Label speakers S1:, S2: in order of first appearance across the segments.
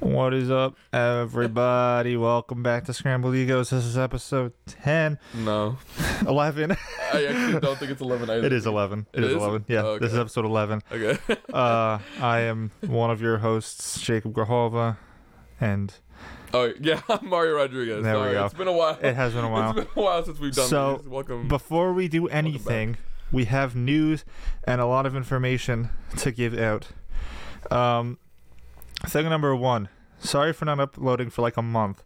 S1: What is up, everybody? Welcome back to Scrambled Egos. This is episode 10,
S2: No,
S1: 11.
S2: I actually don't think it's eleven either.
S1: It is 11. it
S2: It
S1: is,
S2: is?
S1: 11. Yeah,
S2: Oh,
S1: this is
S2: okay.
S1: episode 11.
S2: Okay.
S1: Uh, I am one of your hosts, Jacob Grahova, and
S2: oh yeah, I'm Mario Rodriguez.
S1: There we
S2: Sorry,
S1: go.
S2: It's been a while.
S1: it has been a while.
S2: It's been a while since we've done
S1: So,
S2: these. Welcome.
S1: Before we do
S2: back.
S1: anything, we have news and a lot of information to give out. Um, thing number one sorry for not uploading for like a month.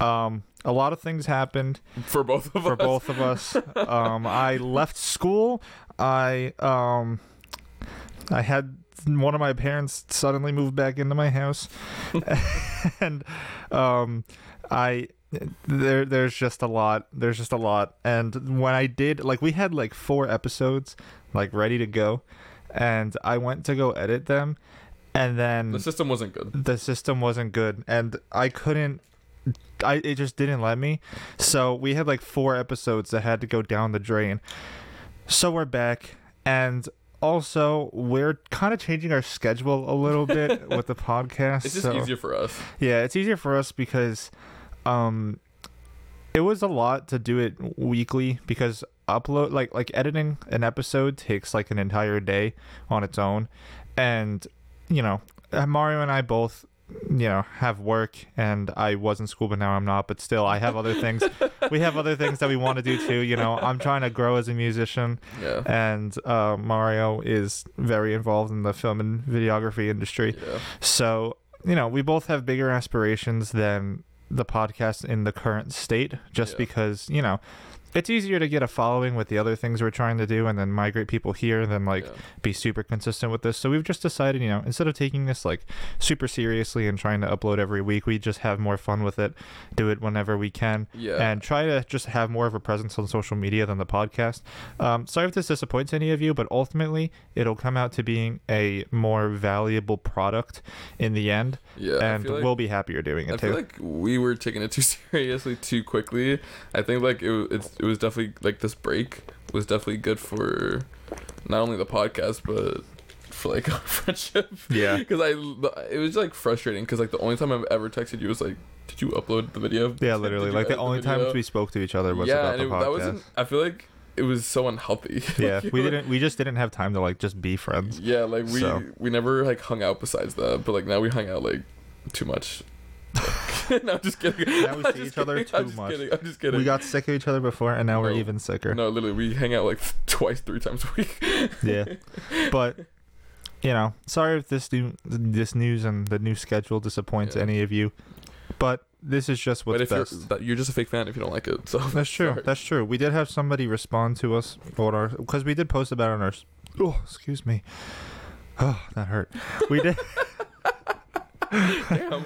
S1: Um, a lot of things happened.
S2: for both of
S1: for
S2: us.
S1: both of us. Um, I left school. I um, I had one of my parents suddenly move back into my house, and um, I there there's just a lot. There's just a lot. And when I did, like, we had like four episodes like ready to go, and I went to go edit them, and then
S2: The system wasn't good.
S1: the system wasn't good and i couldn't i it just didn't let me so we had like four episodes that had to go down the drain so we're back and also we're kind of changing our schedule a little bit with the podcast
S2: It's just
S1: so
S2: easier for us.
S1: yeah it's easier for us because um it was a lot to do it weekly because upload like like editing an episode takes like an entire day on its own and you know uh, mario and i both you know have work and i was in school but now i'm not but still i have other things we have other things that we want to do too you know i'm trying to grow as a musician
S2: Yeah.
S1: and uh, mario is very involved in the film and videography industry
S2: Yeah.
S1: so, you know, we both have bigger aspirations than the podcast in the current state, just
S2: Yeah.
S1: because, you know, it's easier to get a following with the other things we're trying to do and then migrate people here than like
S2: yeah.
S1: be super consistent with this. So we've just decided, you know, instead of taking this like super seriously and trying to upload every week, we just have more fun with it, do it whenever we can.
S2: Yeah.
S1: And try to just have more of a presence on social media than the podcast. Um, sorry if this disappoints any of you, but ultimately it'll come out to being a more valuable product in the end,
S2: yeah. I
S1: and
S2: feel like-
S1: we'll be happier doing it
S2: I
S1: too.
S2: feel like we were taking it too seriously too quickly. I think like it wa- it's, it was definitely like this break was definitely good for not only the podcast but for like our friendship.
S1: Yeah.
S2: Because I l- it was like frustrating because like the only time I've ever texted you was like, did you upload the video?
S1: yeah,
S2: Did
S1: literally.
S2: you
S1: Like the
S2: edit
S1: only
S2: video?"
S1: times we spoke to each other was
S2: yeah,
S1: about
S2: and
S1: the
S2: it,
S1: podcast.
S2: that wasn't. I feel like it was so unhealthy.
S1: yeah,
S2: Like,
S1: we
S2: you-
S1: didn't. We just didn't have time to like just be friends.
S2: Yeah, like we
S1: So.
S2: we never like hung out besides that, but like now we hung out like too much. no, I'm just kidding.
S1: Now we
S2: I'm
S1: see
S2: just
S1: each other
S2: kidding.
S1: too
S2: I'm just
S1: much.
S2: Kidding. I'm just kidding.
S1: We got sick of each other before, and now we're
S2: No.
S1: even sicker.
S2: No, literally, we hang out like twice, three times a week.
S1: yeah but you know sorry if this new this news and the new schedule disappoints
S2: Yeah.
S1: any of you but this is just
S2: but
S1: what's
S2: if you're
S1: best
S2: but you're just a fake fan if you don't like it, so
S1: that's true
S2: sorry.
S1: that's true we did have somebody respond to us on our because we did post about it on our s- oh excuse me oh that hurt we did
S2: Damn.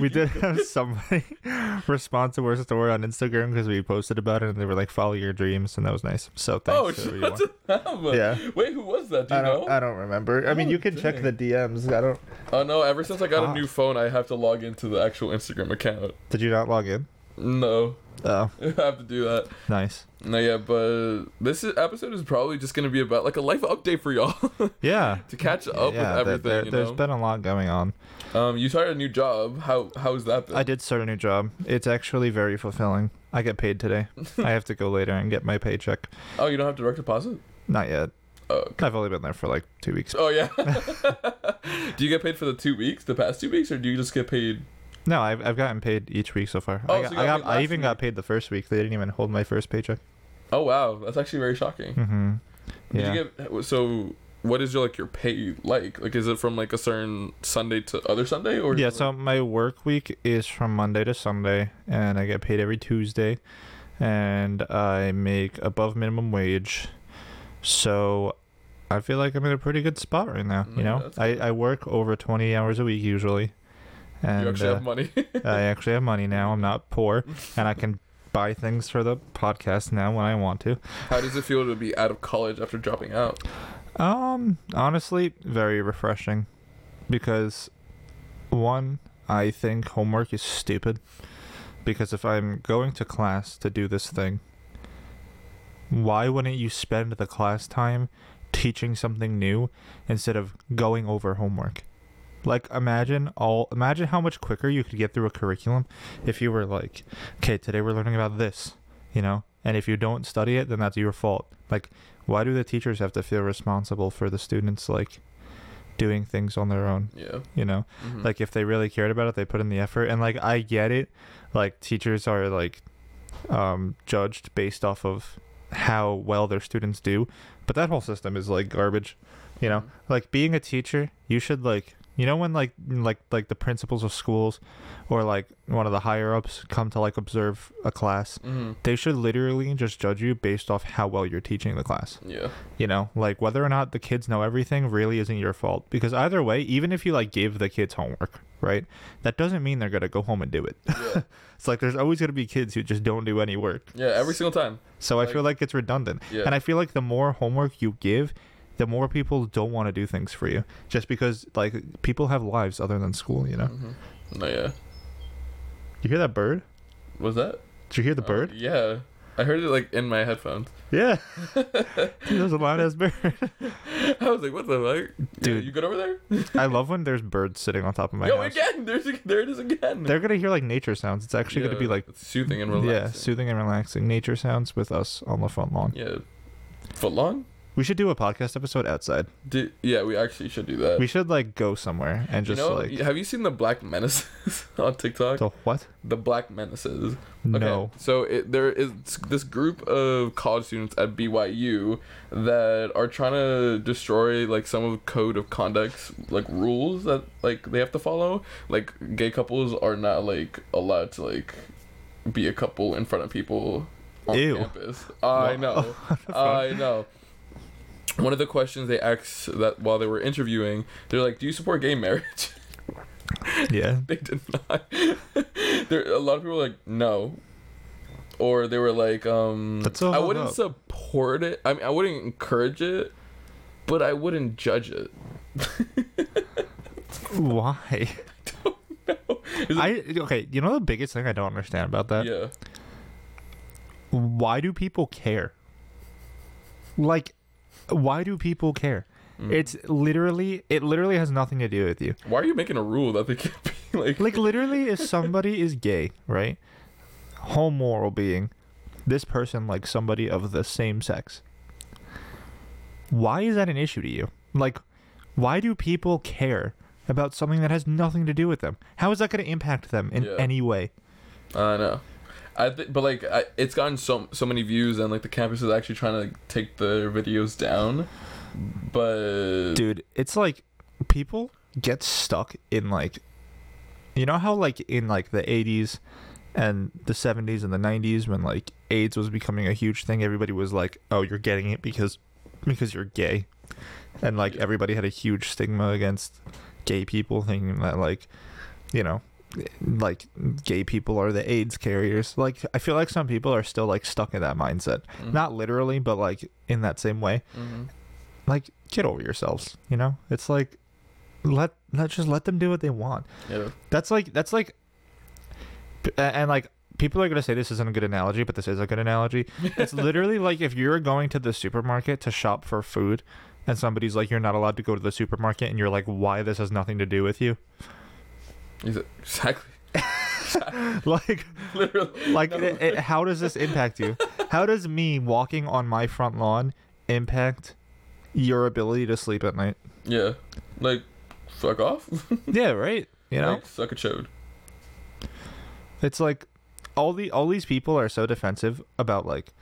S1: we did have somebody respond to our story on instagram because we posted about it and they were like follow your dreams and that was nice so
S2: oh,
S1: thanks to
S2: shut
S1: everyone.
S2: up.
S1: Yeah.
S2: Wait, who was that? Do you
S1: I don't.
S2: know?
S1: I don't remember. I mean,
S2: Oh,
S1: you can check
S2: dang.
S1: the DMs. I don't.
S2: oh no! Ever since I got
S1: Ah.
S2: a new phone, I have to log into the actual Instagram account.
S1: Did you not log in?
S2: No,
S1: Oh,
S2: I have to do that.
S1: nice.
S2: No, yeah, but this is, episode is probably just gonna be about like a life update for y'all
S1: Yeah.
S2: to catch up
S1: yeah,
S2: with
S1: there-
S2: everything.
S1: There,
S2: you
S1: has
S2: know?
S1: been a lot going on.
S2: um, you started a new job. How how's that been?
S1: I did start a new job. It's actually very fulfilling. I get paid today. I have to go later and get my paycheck.
S2: oh, you don't have direct deposit.
S1: Not yet.
S2: Oh, okay.
S1: I've only been there for like two weeks.
S2: oh yeah. do you get paid for the two weeks, the past two weeks, or do you just get paid?
S1: No, I've, I've gotten paid each week so far.
S2: Oh,
S1: I
S2: so
S1: got,
S2: you
S1: I,
S2: got
S1: got,
S2: paid
S1: I
S2: last
S1: even
S2: week.
S1: got paid the first week. They didn't even hold my first paycheck.
S2: Oh wow, that's actually very shocking.
S1: Mm-hmm. Yeah.
S2: Did you get uh, so? What is your like your pay like? Like, is it from like a certain Sunday to other Sunday, or
S1: yeah, so my work week is from Monday to Sunday, and I get paid every Tuesday, and I make above minimum wage. So I feel like I'm in a pretty good spot right now. You
S2: Mm,
S1: know,
S2: that's
S1: I,
S2: good.
S1: I work over 20 hours a week usually,
S2: you
S1: and
S2: actually
S1: uh,
S2: have money?
S1: I actually have money now. I'm not poor, and I can buy things for the podcast now when I want to.
S2: How does it feel to be out of college after dropping out?
S1: Um, honestly, very refreshing because one, I think homework is stupid because if I'm going to class to do this thing, why wouldn't you spend the class time teaching something new instead of going over homework? Like imagine all imagine how much quicker you could get through a curriculum if you were like, okay, today we're learning about this, you know? And if you don't study it, then that's your fault. Like why do the teachers have to feel responsible for the students like doing things on their own,
S2: Yeah.
S1: you know?
S2: mhm.
S1: like if they really cared about it they put in the effort and like i get it like teachers are like um judged based off of how well their students do but that whole system is like garbage you know like being a teacher you should like you know when like like like the principals of schools or like one of the higher ups come to like observe a class
S2: Mhm.
S1: they should literally just judge you based off how well you're teaching the class
S2: Yeah.
S1: you know like whether or not the kids know everything really isn't your fault because either way even if you like gave the kids homework right that doesn't mean they're gonna go home and do it
S2: Yeah.
S1: it's like there's always gonna be kids who just don't do any work
S2: Yeah. Every single time.
S1: so i
S2: Like-
S1: feel like it's redundant
S2: Yeah.
S1: and i feel like the more homework you give the more people don't want to do things for you just because like people have lives other than school you know
S2: Mhm. No. Yeah. Mm.
S1: you hear that bird
S2: Was that
S1: did you hear the
S2: Oh,
S1: bird
S2: yeah. I heard it like in my headphones.
S1: yeah there's a loud ass bird
S2: I was like, what the fuck? Yeah,
S1: Dude.
S2: you good over there?
S1: i love when there's birds sitting on top of my
S2: Yo,
S1: house
S2: again. There's there it is again.
S1: they're gonna hear like nature sounds it's actually gonna
S2: Yeah,
S1: be like
S2: it's soothing and relaxing.
S1: Yeah, soothing and relaxing nature sounds with us on the front lawn.
S2: yeah. Foot long?
S1: We should do a podcast episode outside.
S2: Do, yeah, we actually should do that.
S1: We should like go somewhere and
S2: you
S1: just
S2: know,
S1: like
S2: have you seen the Black Menaces on TikTok?
S1: the what?
S2: The Black Menaces.
S1: No.
S2: So it, there is this group of college students at BYU that are trying to destroy like some of code of conducts, like rules that like they have to follow. Like gay couples are not like allowed to like be a couple in front of people on
S1: Ew.
S2: campus. I
S1: Wha-
S2: know. I know. One of the questions they asked that while they were interviewing, they're like, "Do you support gay marriage?"
S1: Yeah.
S2: they did not. there, a lot of people were like, no. Or they were like, um,
S1: That's all
S2: I wouldn't
S1: up.
S2: support it. I mean, I wouldn't encourage it, but I wouldn't judge it.
S1: Why?
S2: Is it-
S1: I okay, you know the biggest thing I don't understand about that?
S2: yeah.
S1: Why do people care? Like why do people care?
S2: Mm.
S1: It's literally it literally has nothing to do with you.
S2: Why are you making a rule that they can't be like?
S1: like literally if somebody is gay right whole moral being this person likes somebody of the same sex why is that an issue to you like why do people care about something that has nothing to do with them how is that going to impact them in
S2: Yeah.
S1: any way
S2: I know. I th- but like I, it's gotten so so many views and like the campus is actually trying to like, take their videos down, but
S1: dude it's like people get stuck in like you know how like in like the 80s and the 70s and the 90s when like aids was becoming a huge thing everybody was like oh you're getting it because because you're gay and like
S2: Yeah.
S1: everybody had a huge stigma against gay people thinking that like you know like gay people are the aids carriers like i feel like some people are still like stuck in that mindset
S2: Mhm.
S1: not literally but like in that same way
S2: Mhm.
S1: like get over yourselves you know it's like let let just let them do what they want
S2: Mm-hmm. yeah,
S1: that's like that's like p- a- and like people are going to say this isn't a good analogy but this is a good analogy it's literally like if you're going to the supermarket to shop for food and somebody's like you're not allowed to go to the supermarket and you're like why this has nothing to do with you
S2: Is it- exactly.
S1: like
S2: Literally,
S1: like it, it, how does this impact you how does me walking on my front lawn impact your ability to sleep at night
S2: yeah, like fuck off.
S1: yeah right you know
S2: Like, suck a chode.
S1: It's like all the all these people are so defensive about like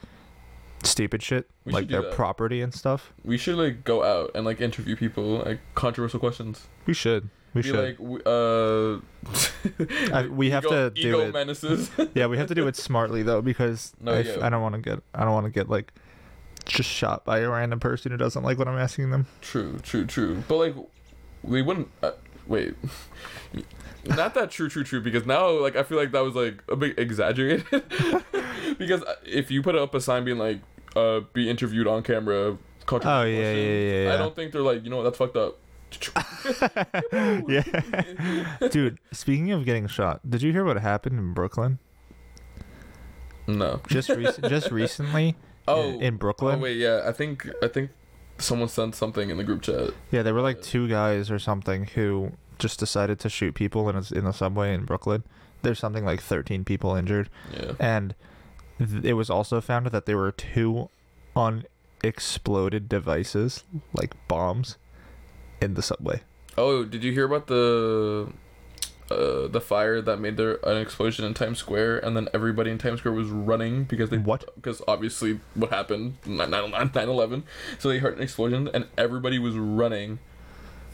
S1: stupid shit,
S2: We should
S1: like
S2: do
S1: their
S2: that.
S1: property and stuff.
S2: We should like go out and like interview people like controversial questions.
S1: We should. We
S2: Be
S1: should.
S2: like, w- uh,
S1: I- we have
S2: ego-
S1: to do
S2: ego
S1: it.
S2: menaces.
S1: yeah, we have to do it smartly though because
S2: No,
S1: I,
S2: yeah.
S1: I don't want to get I don't want to get like just shot by a random person who doesn't like what I'm asking them.
S2: true, true, true. But like, we wouldn't. Uh, wait, not that true, true, true. Because now, like, I feel like that was like a bit exaggerated. because uh, if you put up a sign being like, uh, be interviewed on camera, controversial
S1: Oh, yeah,
S2: question,
S1: yeah, yeah, yeah.
S2: I don't think they're like, you know what, that's fucked up.
S1: yeah, dude. Speaking of getting shot, did you hear what happened in Brooklyn
S2: No.
S1: just recent just recently?
S2: Oh,
S1: in Brooklyn.
S2: Oh wait, yeah. I think I think someone sent something in the group chat.
S1: Yeah, there were like two guys or something who just decided to shoot people in a, in the subway in Brooklyn. There's something like 13 people injured,
S2: Yeah.
S1: and th- it was also found that there were two unexploded devices, like bombs, in the subway.
S2: Oh, did you hear about the uh, the fire that made there an explosion in Times Square, and then everybody in Times Square was running because they
S1: What?
S2: Because obviously, what happened 9-11. So they heard an explosion, and everybody was running.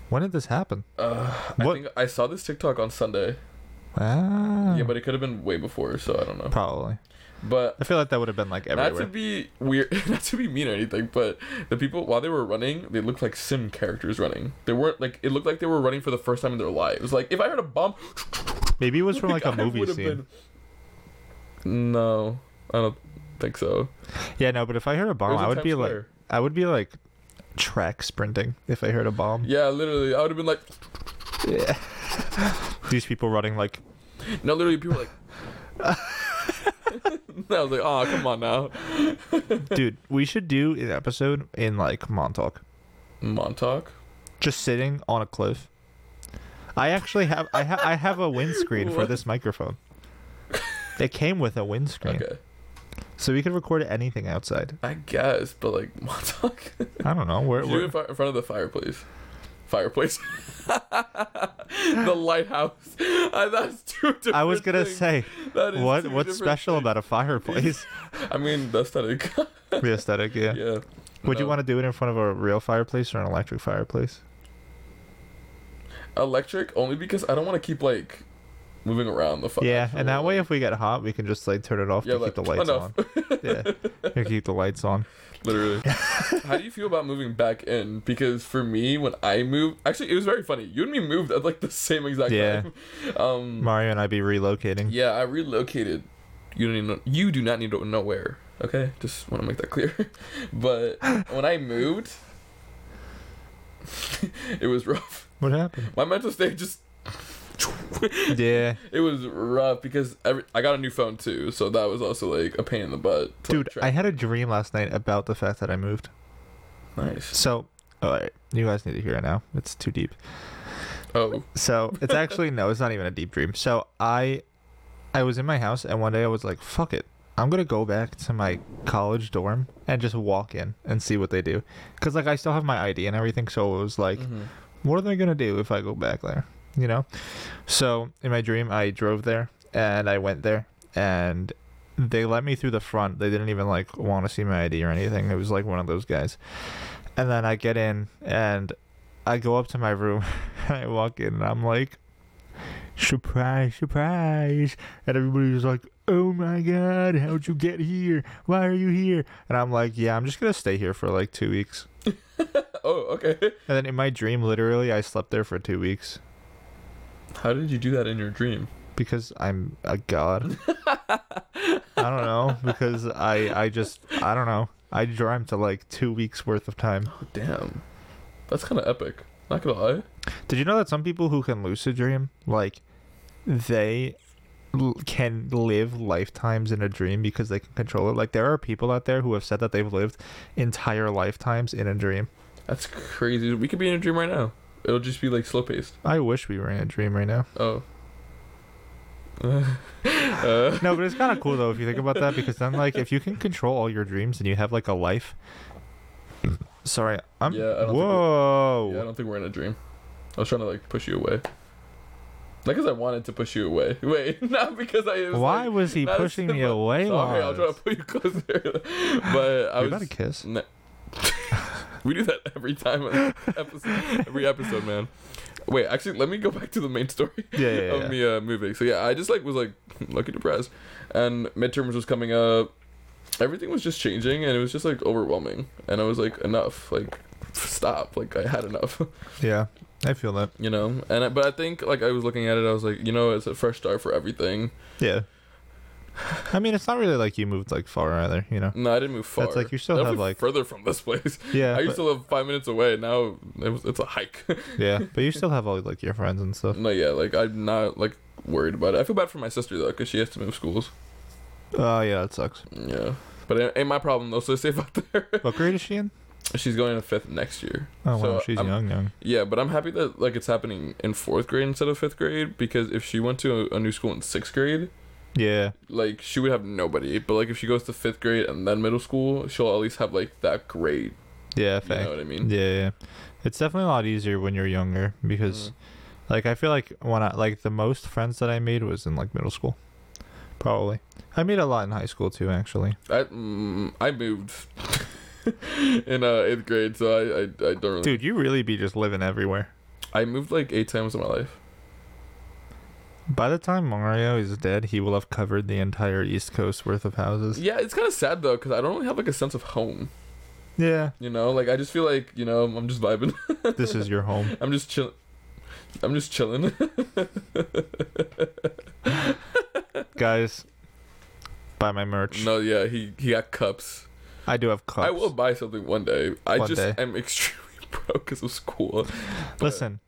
S1: When did this happen?
S2: Uh, I
S1: What?
S2: think I saw this TikTok on Sunday.
S1: Ah,
S2: Yeah, but it could have been way before, so I don't know.
S1: probably.
S2: But
S1: I feel like that would have been like
S2: not to
S1: everywhere.
S2: be weird, not to be mean or anything, but the people while they were running, they looked like sim characters running. They weren't like it looked like they were running for the first time in their lives. Like if I heard a bomb,
S1: Maybe it was from like a
S2: I
S1: movie
S2: would've
S1: scene.
S2: been- No, I don't think so.
S1: Yeah, no, but if I heard a bomb,
S2: Where's
S1: I
S2: the
S1: would
S2: Times
S1: be like,
S2: Square?
S1: I would be like track sprinting if I heard a bomb.
S2: yeah, literally, I would have been like,
S1: Yeah. These people running like
S2: no, literally, people were like. I was like, oh, come on now,
S1: dude, we should do an episode in like Montauk.
S2: Montauk.
S1: Just sitting on a cliff. I actually have I ha- I have a windscreen for
S2: What?
S1: this microphone. It came with a windscreen.
S2: Okay,
S1: So we could record anything outside.
S2: I guess, but like Montauk.
S1: I don't know. Where,
S2: Did you do
S1: where
S2: it fi- in front of the fireplace? Fireplace. the lighthouse. I, that's two different
S1: I was gonna
S2: things.
S1: say
S2: That is
S1: what
S2: two
S1: what's
S2: different
S1: special about a fireplace?
S2: things. I mean, the aesthetic.
S1: the aesthetic, yeah.
S2: yeah.
S1: Would you
S2: No.
S1: want to do it in front of a real fireplace or an electric fireplace?
S2: electric? Only because I don't want to keep like moving around the fire.
S1: yeah,
S2: for,
S1: and that way,
S2: like-
S1: if we get hot, we can just like turn it off
S2: Yeah,
S1: to
S2: like,
S1: keep the lights
S2: enough.
S1: on. Yeah, we can keep the lights on.
S2: Literally. How do you feel about moving back in? Because for me, when I moved, actually, it was very funny. You and me moved at like the same exact
S1: Yeah.
S2: time. Um,
S1: Mario and I be relocating.
S2: Yeah, I relocated. You don't even know, you do not need to know where. Okay, just want to make that clear. but when I moved, it was rough.
S1: What happened?
S2: My mental state just
S1: Yeah,
S2: it was rough because every, I got a new phone too, so that was also like a pain in the butt. to, like,
S1: dude, I had a dream last night about the fact that I moved.
S2: track. nice.
S1: So, all right, you guys need to hear it now. It's too deep.
S2: Oh,
S1: So it's actually no, it's not even a deep dream. So I, I was in my house, and one day I was like, "Fuck it, I'm gonna go back to my college dorm and just walk in and see what they do," because like I still have my ID and everything. So it was like,
S2: mhm.
S1: what are they gonna do if I go back there? You know? So in my dream I drove there and I went there and they let me through the front. They didn't even like want to see my ID or anything. It was like one of those guys. And then I get in and I go up to my room and I walk in and I'm like surprise, surprise and everybody was like, Oh my god, how'd you get here? Why are you here? And I'm like, Yeah, I'm just gonna stay here for like two weeks.
S2: oh, okay.
S1: And then in my dream, literally, I slept there for two weeks
S2: How did you do that in your dream?
S1: because I'm a god. I don't know because I I just I don't know. I dreamt to like two weeks worth of time.
S2: Oh, damn, that's kind of epic. Not gonna lie.
S1: Did you know that some people who can lucid dream like they l- can live lifetimes in a dream because they can control it? Like there are people out there who have said that they've lived entire lifetimes in a dream.
S2: That's crazy. We could be in a dream right now. It'll just be like slow paced.
S1: I wish we were in a dream right now.
S2: Oh. uh,
S1: No, but it's kind of cool though if you think about that because then like if you can control all your dreams and you have like a life. Sorry, I'm.
S2: Yeah, I don't think we-
S1: whoa.
S2: yeah, I don't think we're in a dream. I was trying to like push you away. Not because I wanted to push you away. Wait, not because I. Was,
S1: Why
S2: Like,
S1: was he
S2: not
S1: pushing me
S2: simple.
S1: away?
S2: sorry, I'll
S1: Lawrence?
S2: try to put you closer. but I
S1: we
S2: was.
S1: about to kiss.
S2: No. we do that every time, on episode, every episode, man. Wait, actually, let me go back to the main story.
S1: Yeah, yeah, yeah.
S2: of me uh, moving. So yeah, I just like was like lucky depressed, and midterms was coming up. Everything was just changing, and it was just like overwhelming. And I was like, enough, like stop, like I had enough,
S1: yeah, I feel that.
S2: you know. And I, but I think like I was looking at it, I was like, you know, it's a fresh start for everything.
S1: Yeah. I mean, it's not really like you moved like far either, you know.
S2: No, I didn't move far.
S1: That's like you still
S2: I
S1: have,
S2: moved
S1: like-
S2: further from this place.
S1: Yeah,
S2: I
S1: but,
S2: used to live five minutes away. Now it was, it's a hike.
S1: yeah, but you still have all like your friends and stuff.
S2: no, yeah, like I'm not like worried about it. I feel bad for my sister though, cause she has to move schools.
S1: Oh yeah, that sucks.
S2: Yeah, but it ain't my problem though. So it's safe out there.
S1: What grade is she in?
S2: She's going to fifth next year.
S1: Oh
S2: So,
S1: wow, she's
S2: I'm-
S1: young, young.
S2: Yeah, but I'm happy that like it's happening in fourth grade instead of fifth grade because if she went to a, a new school in sixth grade,
S1: Yeah,
S2: like she would have nobody. But like if she goes to fifth grade and then middle school, she'll at least have like that grade.
S1: yeah,
S2: You
S1: fact.
S2: know what I mean?
S1: Yeah, yeah. It's definitely a lot easier when you're younger because,
S2: Mm.
S1: like, I feel like when I like the most friends that I made was in like middle school, probably. I made a lot in high school too, actually.
S2: I mm, I moved in uh, eighth grade, so I I, I don't really.
S1: Dude, you really be just living everywhere.
S2: I moved like eight times in my life.
S1: By the time Mario is dead, he will have covered the entire East Coast worth of houses.
S2: Yeah, it's kind of sad though because I don't really have like a sense of home.
S1: Yeah,
S2: You know, like I just feel like you know I'm just vibing.
S1: this is your home.
S2: I'm just chilling. I'm just chilling.
S1: Guys, buy my merch.
S2: no, yeah, he he got cups.
S1: I do have cups.
S2: I will buy something one day. I
S1: One
S2: just
S1: day.
S2: am extremely broke because of school. but-
S1: Listen,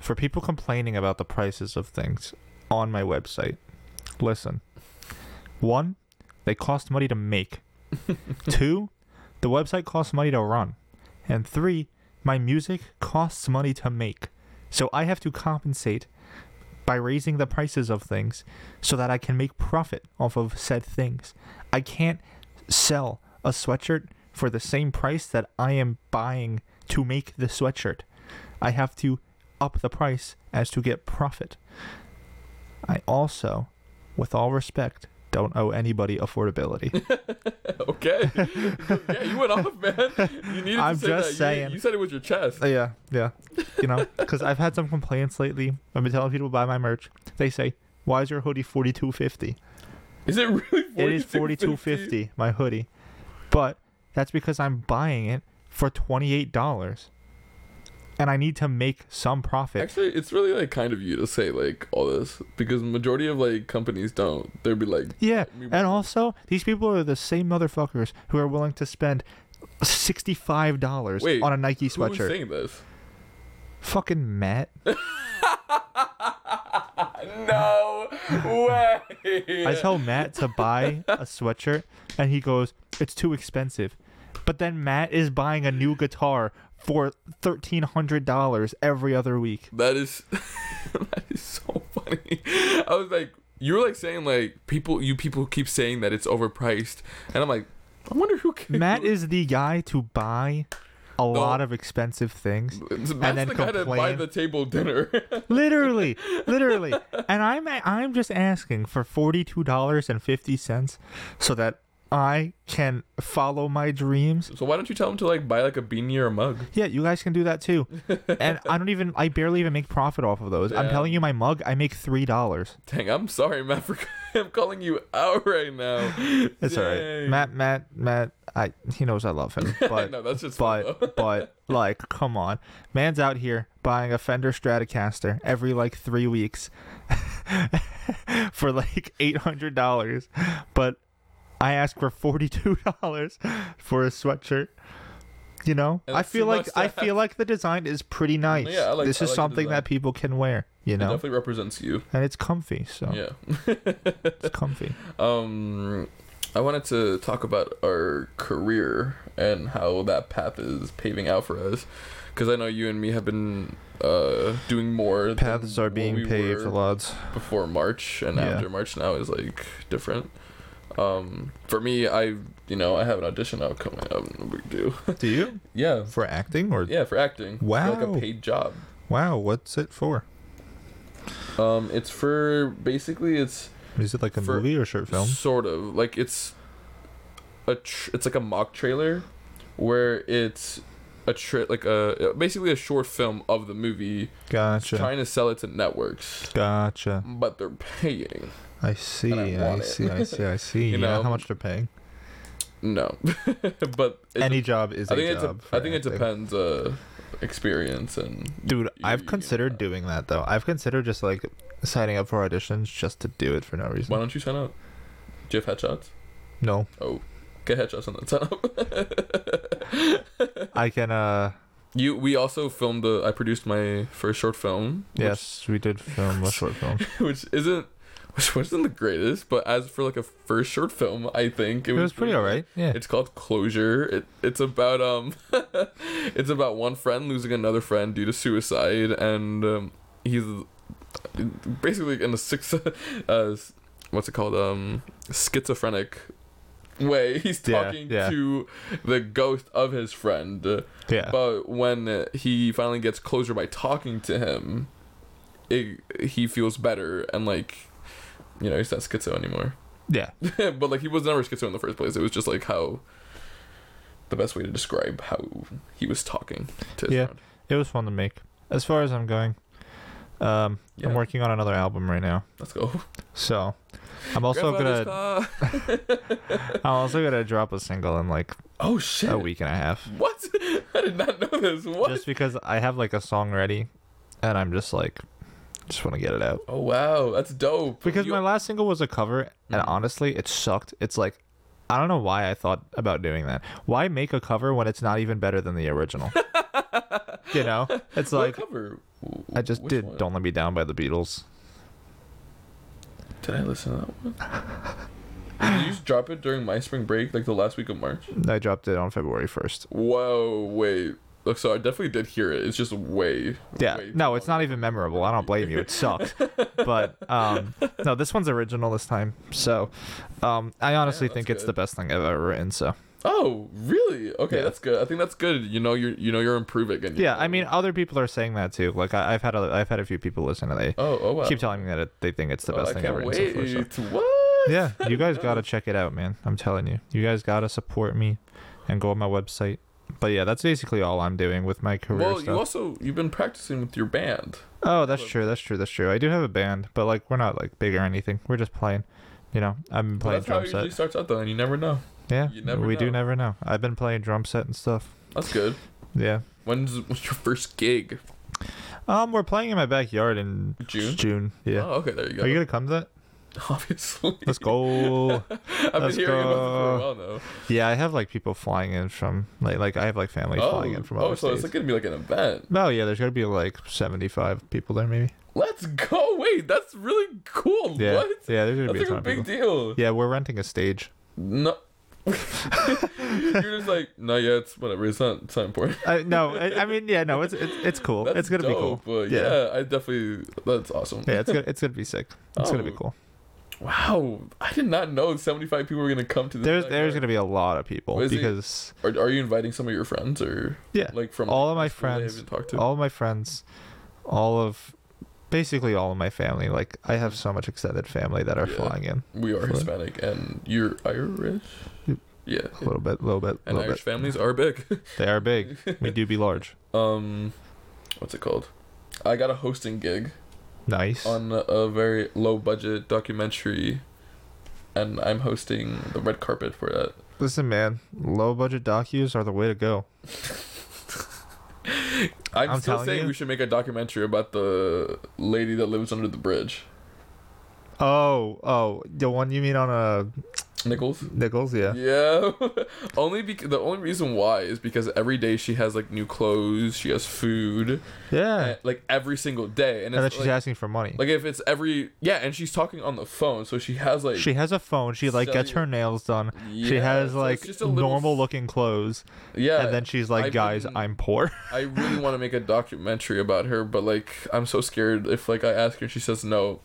S1: for people complaining about the prices of things on my website, listen. One, they cost money to make. Two, the website costs money to run. And three, my music costs money to make. So I have to compensate by raising the prices of things so that I can make profit off of said things. I can't sell a sweatshirt for the same price that I am buying to make the sweatshirt. I have to up the price as to get profit. I also, with all respect, don't owe anybody affordability.
S2: okay. yeah, you went off, man. You needed
S1: I'm
S2: to say
S1: just
S2: that. You-
S1: saying.
S2: You, said it with your chest.
S1: Uh, yeah, yeah. You know, because I've had some complaints lately. I've been telling people to buy my merch. They say, "Why is your hoodie forty two fifty?
S2: Is it really?
S1: It is forty two
S2: $42.50?
S1: fifty. My hoodie, but that's because I'm buying it for twenty eight dollars, and I need to make some profit.
S2: Actually, it's really like kind of you to say like all this because majority of like companies don't. They'd be like,
S1: Yeah,
S2: we-
S1: and also these people are the same motherfuckers who are willing to spend sixty-five dollars
S2: Wait,
S1: on a Nike
S2: who's
S1: sweatshirt.
S2: saying this?
S1: Fucking Matt.
S2: no way.
S1: I tell Matt to buy a sweatshirt, and he goes, "It's too expensive." But then Matt is buying a new guitar for thirteen hundred dollars every other week.
S2: That is that is so funny. I was like, you were like saying like people, you people keep saying that it's overpriced, and I'm like, I wonder who can.
S1: Matt is the guy to buy a lot of expensive things.
S2: Matt's
S1: then
S2: the guy that buy
S1: complain.
S2: the table dinner.
S1: literally, literally. And I'm I'm just asking for forty two dollars and fifty cents so that I can follow my dreams.
S2: so why don't you tell him to like buy like a beanie or a mug?
S1: Yeah, you guys can do that too. And I don't even I barely even make profit off of those. I'm
S2: Yeah.
S1: telling you my mug, I make three dollars.
S2: Dang, I'm sorry, Matt. For I'm calling you out right now.
S1: It's all right.
S2: Dang.
S1: Matt Matt Matt I he knows I love him. But
S2: no, that's just fun, though.
S1: but but like come on. Man's out here buying a Fender Stratocaster every like 3 weeks for like $800, but I ask for $42 for a sweatshirt. You know,
S2: And
S1: I
S2: it's too
S1: feel like
S2: much to
S1: I
S2: have.
S1: feel like the design is pretty nice.
S2: I like-
S1: this
S2: I
S1: is
S2: like the
S1: something
S2: design.
S1: that people can wear, you
S2: it
S1: know,
S2: definitely represents you.
S1: and it's comfy. So
S2: Yeah.
S1: it's comfy.
S2: Um, I wanted to talk about our career and how that path is paving out for us, because I know you and me have been uh doing more. than
S1: Paths are
S2: what
S1: being
S2: we
S1: paved,
S2: were
S1: lads.
S2: before March, and
S1: Yeah.
S2: after March now is like different. Um, for me, I you know I have an audition out coming up. No big deal.
S1: Do you
S2: yeah,
S1: for acting or
S2: yeah, for acting. for like
S1: Wow.
S2: a paid job.
S1: wow? What's it for?
S2: Um, it's for basically it's
S1: Is it like a
S2: For-
S1: movie or short film?
S2: Sort of like it's a tr- it's like a mock trailer where it's a tri- like a basically a short film of the movie
S1: Gotcha.
S2: trying to sell it to networks,
S1: Gotcha.
S2: but they're paying.
S1: I see.
S2: And I
S1: I,
S2: want it.
S1: see. I see. I see. you, know,
S2: know?
S1: how much they're paying?
S2: No, but it,
S1: Any job is
S2: I think
S1: a
S2: it,
S1: job.
S2: dep-
S1: for
S2: I think it
S1: acting.
S2: depends uh experience and
S1: Dude, I've
S2: you-
S1: considered doing that though. I've considered just like signing up for auditions just to do it for no reason.
S2: why don't you sign up? Do you have headshots?
S1: No,
S2: Get headshots and then sign up.
S1: I can. uh
S2: you we also filmed the I produced my first short film. which
S1: Yes, we did film a short film.
S2: which isn't which wasn't the greatest, but as for like a first short film, I think
S1: It was pretty alright. Yeah.
S2: It's called Closure. It it's about um, it's about one friend losing another friend due to suicide, and um, he's basically in a six, uh, what's it called um, schizophrenic way. He's
S1: Yeah,
S2: talking
S1: yeah.
S2: to the ghost of his friend.
S1: Yeah.
S2: But when he finally gets closure by talking to him, it, he feels better and like, you know, he's not schizo anymore.
S1: yeah.
S2: but like, he was never schizo in the first place. It was just like how. The best way to describe how he was talking to his
S1: Yeah.
S2: friend.
S1: It was fun to make. As far as I'm going, um,
S2: Yeah.
S1: I'm working on another album right now.
S2: Let's go.
S1: So, I'm also
S2: Grandfather's
S1: gonna
S2: car.
S1: I'm also gonna drop a single in like
S2: Oh shit!
S1: a week and a half.
S2: What? I did not know this. What?
S1: Just because I have like a song ready, and I'm just like, just want to get it out.
S2: oh wow, that's dope.
S1: Because
S2: You-
S1: my last single was a cover, and
S2: Mhm.
S1: honestly, it sucked. It's like, I don't know why I thought about doing that. Why make a cover when it's not even better than the original? you know, it's
S2: what
S1: like
S2: cover.
S1: I just
S2: Which
S1: did
S2: one?
S1: "Don't Let Me Down" by the Beatles.
S2: Did I listen to that one? Did you just drop it during my spring break, like the last week of March?
S1: I dropped it on February first.
S2: Whoa, wait. Look, so I definitely did hear it. It's just way.
S1: Yeah,
S2: way
S1: no,
S2: too
S1: it's
S2: long.
S1: not even memorable. I don't blame you. It sucked, but um, no, this one's original this time. So, um, I honestly
S2: that's
S1: think it's
S2: good.
S1: the best thing I've ever written. So,
S2: Oh, really? Okay,
S1: Yeah.
S2: that's good. I think that's good. You know, you're you know you're improving. And you
S1: yeah,
S2: know-
S1: I mean, other people are saying that too. Like, I, I've had a, I've had a few people listen, and they
S2: Oh, oh wow.
S1: keep telling me that it, they think it's the
S2: Oh,
S1: best
S2: I
S1: thing
S2: can't
S1: ever. and so forth, so-
S2: wait. What?
S1: Yeah, you guys gotta check it out, man. I'm telling you, you guys gotta support me, and go on my website. But yeah, that's basically all I'm doing with my career
S2: Well,
S1: stuff.
S2: you also you've been practicing with your band.
S1: oh, that's true. That's true. That's true. I do have a band, but like we're not like big or anything. We're just playing. You know, I've been
S2: Well,
S1: playing
S2: that's how
S1: drum
S2: it
S1: set.
S2: usually starts out, though, and you never know.
S1: Yeah,
S2: You never
S1: we do
S2: know.
S1: never know. I've been playing drum set and stuff.
S2: That's good.
S1: Yeah.
S2: When's, when's your first gig?
S1: Um, we're playing in my backyard in
S2: June?
S1: June. Yeah.
S2: Oh, okay, there you go.
S1: Are you gonna come to that?
S2: Obviously.
S1: Let's go.
S2: I've been
S1: let's
S2: hearing about this for a
S1: go.
S2: while now.
S1: yeah, I have like people flying in from like like I have like family
S2: oh,
S1: flying in from
S2: oh
S1: other
S2: so
S1: states.
S2: it's like gonna be like an event.
S1: Oh yeah, there's gotta be like 75 people there maybe.
S2: Let's go! Wait, that's really cool.
S1: Yeah,
S2: What?
S1: yeah, there's gonna
S2: That's
S1: be a
S2: like
S1: ton
S2: a
S1: of
S2: big
S1: people.
S2: deal.
S1: Yeah, we're renting a stage.
S2: No. You're just like, no, yeah, it's whatever. It's not, it's not important.
S1: I, no, I, I mean, yeah, no, it's it's, it's cool.
S2: That's
S1: it's gonna be cool.
S2: dope, But yeah. I definitely. That's awesome.
S1: yeah, it's gonna it's gonna be sick. It's gonna be
S2: Oh.
S1: cool.
S2: Wow, I did not know 75 people were gonna come to this.
S1: There's there's
S2: backyard.
S1: gonna be a lot of people
S2: Is it-
S1: because
S2: Are, are you inviting some of your friends or
S1: yeah,
S2: like from
S1: All
S2: like,
S1: of my
S2: people that you
S1: friends,
S2: haven't talked to?
S1: all of my friends, all of basically all of my family. Like I have so much extended family that are
S2: Yeah.
S1: flying in
S2: we are
S1: Fine.
S2: Hispanic and you're Irish.
S1: Yep.
S2: Yeah.
S1: a little bit, little bit,
S2: And
S1: little
S2: Irish
S1: bit.
S2: families are big.
S1: They are big. we do be large.
S2: um, what's it called? I got a hosting gig
S1: Nice.
S2: on a very low budget documentary, and I'm hosting the red carpet for that.
S1: Listen, man, low budget docus are the way to go.
S2: I'm,
S1: I'm
S2: still
S1: telling
S2: saying
S1: you.
S2: we should make a documentary about the lady that lives under the bridge.
S1: Oh, oh, the one you mean on a
S2: Nichols.
S1: Nichols, yeah.
S2: Yeah. only because the only reason why is because every day she has like new clothes, she has food,
S1: Yeah.
S2: and, like every single day, and,
S1: and then
S2: it's
S1: she's
S2: like,
S1: asking for money.
S2: Like if it's every yeah, and she's talking on the phone, so she has like
S1: she has a phone. She like gets her
S2: Cellular.
S1: nails done.
S2: yeah,
S1: she has
S2: so
S1: like
S2: it's just a little-
S1: normal looking clothes,
S2: yeah.
S1: and then she's like,
S2: I've
S1: "Guys,
S2: been-
S1: I'm poor."
S2: I really want to make a documentary about her, but like I'm so scared if like I ask her, and she says no.